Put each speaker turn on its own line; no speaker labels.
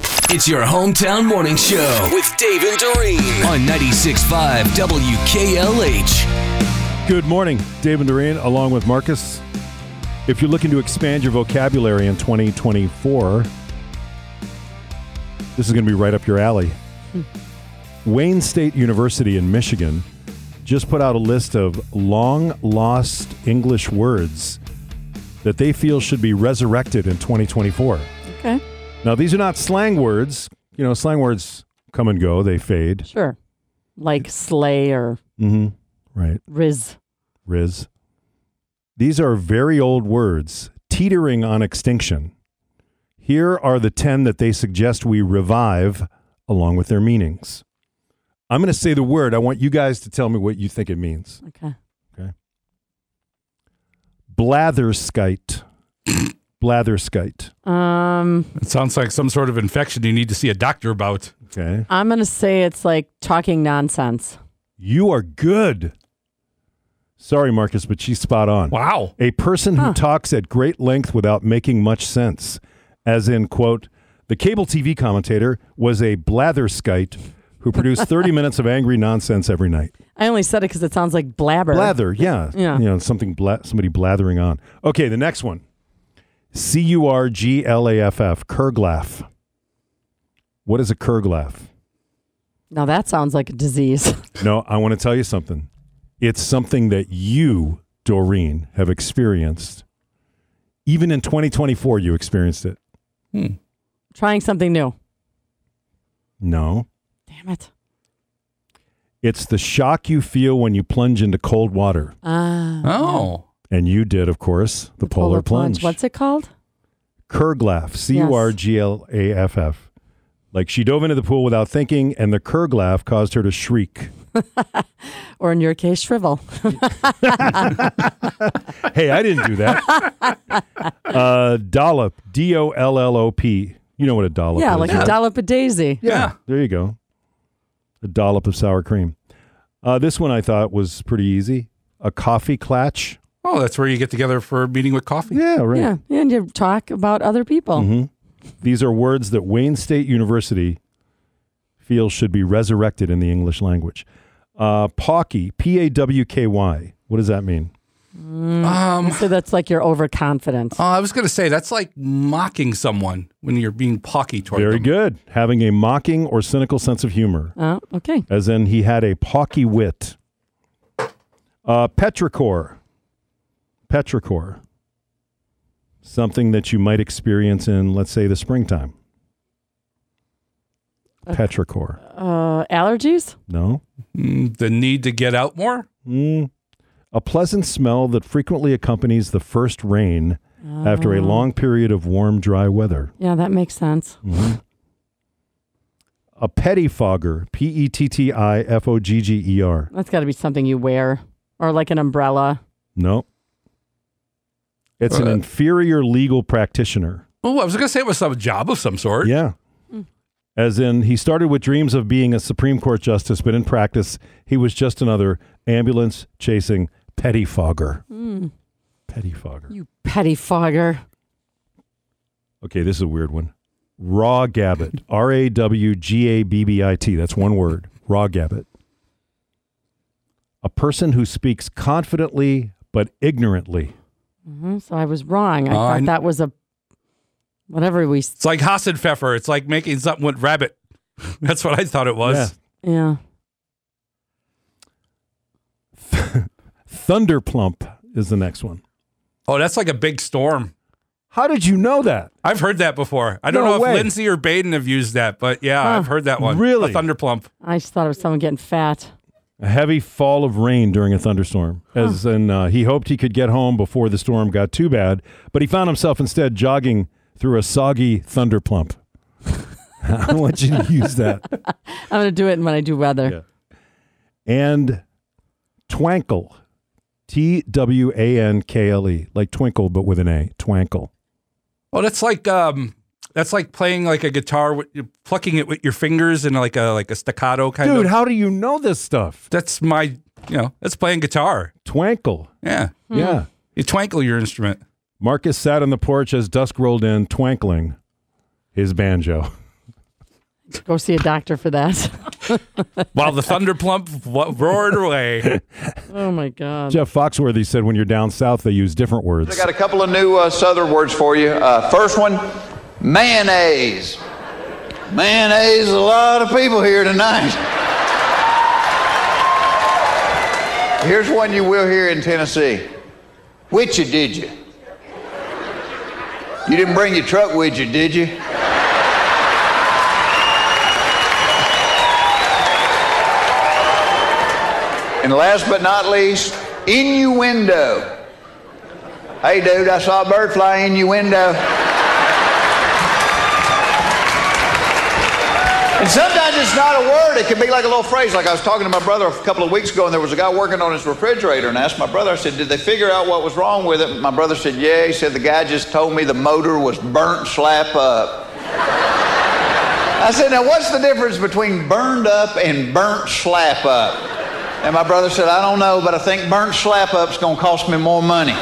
It's your hometown morning show
with Dave and Doreen.
on 96.5 WKLH.
Good morning, Dave and Doreen, along with Marcus. If you're looking to expand your vocabulary in 2024, this is going to be right up your alley. Wayne State University in Michigan just put out a list of long lost English words that they feel should be resurrected in 2024.
Okay.
Now, these are not slang words. You know, slang words come and go, they fade.
Sure. Like slay or
Mm-hmm. Right.
riz.
Riz. These are very old words, teetering on extinction. Here are the 10 that they suggest we revive along with their meanings. I'm going to say the word. I want you guys to tell me what you think it means.
Okay.
Blatherskite. Blatherskite.
Um,
It sounds like some sort of infection you need to see a doctor about.
Okay.
I'm gonna say it's like talking nonsense.
You are good. Sorry, Marcus, but she's spot on.
Wow.
A person who
Huh.
talks at great length without making much sense, as in, quote, the cable TV commentator was a blatherskite who produced 30 minutes of angry nonsense every night.
I only said it because it sounds like blabber.
Blather, yeah.
Yeah.
You know, something, bla- somebody blathering on. Okay, the next one. C U R G L A F F, Kerglaff. What is a Kerglaff?
Now that sounds like a disease.
No, I want to tell you something. It's something that you, Doreen, have experienced. Even in 2024, you experienced it.
Trying something new.
No.
Damn it.
It's the shock you feel when you plunge into cold water.
Ah.
Oh.
And you did, of course, the, polar, plunge.
What's it called?
Kerglaff, C U R G L A F F. Like she dove into the pool without thinking, and the Kerglaff caused her to shriek.
Or in your case, shrivel.
Hey, I didn't do that. uh, dollop, D O L L O P. You know what a dollop
yeah,
is.
like
right?
a dollop of daisy.
Yeah.
There you go. A dollop of sour cream. Uh, this one I thought was pretty easy. A coffee clatch.
Oh, that's where you get together for a meeting with coffee.
Yeah, Mm-hmm. right.
Yeah, and you talk about other people.
These are words that Wayne State University feels should be resurrected in the English language. Uh, Pawky, P A W K Y. What does that mean?
Um,
So that's like you're overconfident.
uh, I was going to say that's like mocking someone when you're being pocky toward
Very
them.
good. Having a mocking or cynical sense of humor,
Oh, okay.
as in he had a pawky wit. Uh, petrichor. Petrichor. Something that you might experience in, let's say, the springtime. Petrichor.
Uh, allergies?
No?
Mm, the need to get out more.
Mm. A pleasant smell that frequently accompanies the first rain after a long period of warm, dry weather.
Yeah, that makes sense.
Mm. A pettifogger, P E T T I F O G G E R.
That's got to be something you wear, or like an umbrella.
No. It's an
Uh,
inferior legal practitioner.
Oh, I was going to say it was some job of some sort.
Yeah. As in, he started with dreams of being a Supreme Court justice, but in practice, he was just another ambulance chasing pettifogger. Pettifogger.
You pettifogger.
Okay, this is a weird one. Raw gabbit. R A W G A B B I T. That's one word. Raw gabbit. A person who speaks confidently but ignorantly.
hmm So I was wrong. I
Uh,
thought
I-
that was a whatever we. s-
It's like Hassenpfeffer. It's like making something with rabbit. That's what I thought it was.
Yeah.
Thunderplump is the next one.
Oh, that's like a big storm.
How did you know that?
I've heard that before. I don't
No
know
way.
if Lindsay or Baden have used that, but yeah, I've heard that one.
Really?
A thunderplump.
I just thought it was someone getting fat.
A heavy fall of rain during a thunderstorm. As in, uh, he hoped he could get home before the storm got too bad, but he found himself instead jogging through a soggy thunderplump. I want you to use that.
I'm gonna do it when I do weather.
Yeah. and twankle t w a n k l e like twinkle but with an a twankle
Oh, that's like um, that's like playing like a guitar, with, plucking it with your fingers and like a like a staccato kind
dude
of.
how do you know this stuff
That's my, you know, that's playing guitar.
twankle
Yeah,
yeah
you twankle your instrument.
marcus sat on the porch as dusk rolled in twankling his banjo
Go see a doctor for that.
While the thunder plump wa- roared away.
oh my God.
Jeff Foxworthy said when you're down south, they use different
I
words.
got a couple of new uh, Southern words for you. Uh, first one, mayonnaise. Mayonnaise, a lot of people here tonight. Here's one you will hear in Tennessee. Which you did you? You didn't bring your truck with you, did you? And last but not least, innuendo. Hey, dude, I saw a bird fly in your window. And sometimes it's not a word. It can be like a little phrase. Like I was talking to my brother a couple of weeks ago, and there was a guy working on his refrigerator, and I asked my brother, I said, Did they figure out what was wrong with it? My brother said, Yeah. He said, The guy just told me the motor was burnt slap up. I said, Now, what's the difference between burned up and burnt slap up? And my brother said, I don't know, but I think burnt slap up's going to cost me more money.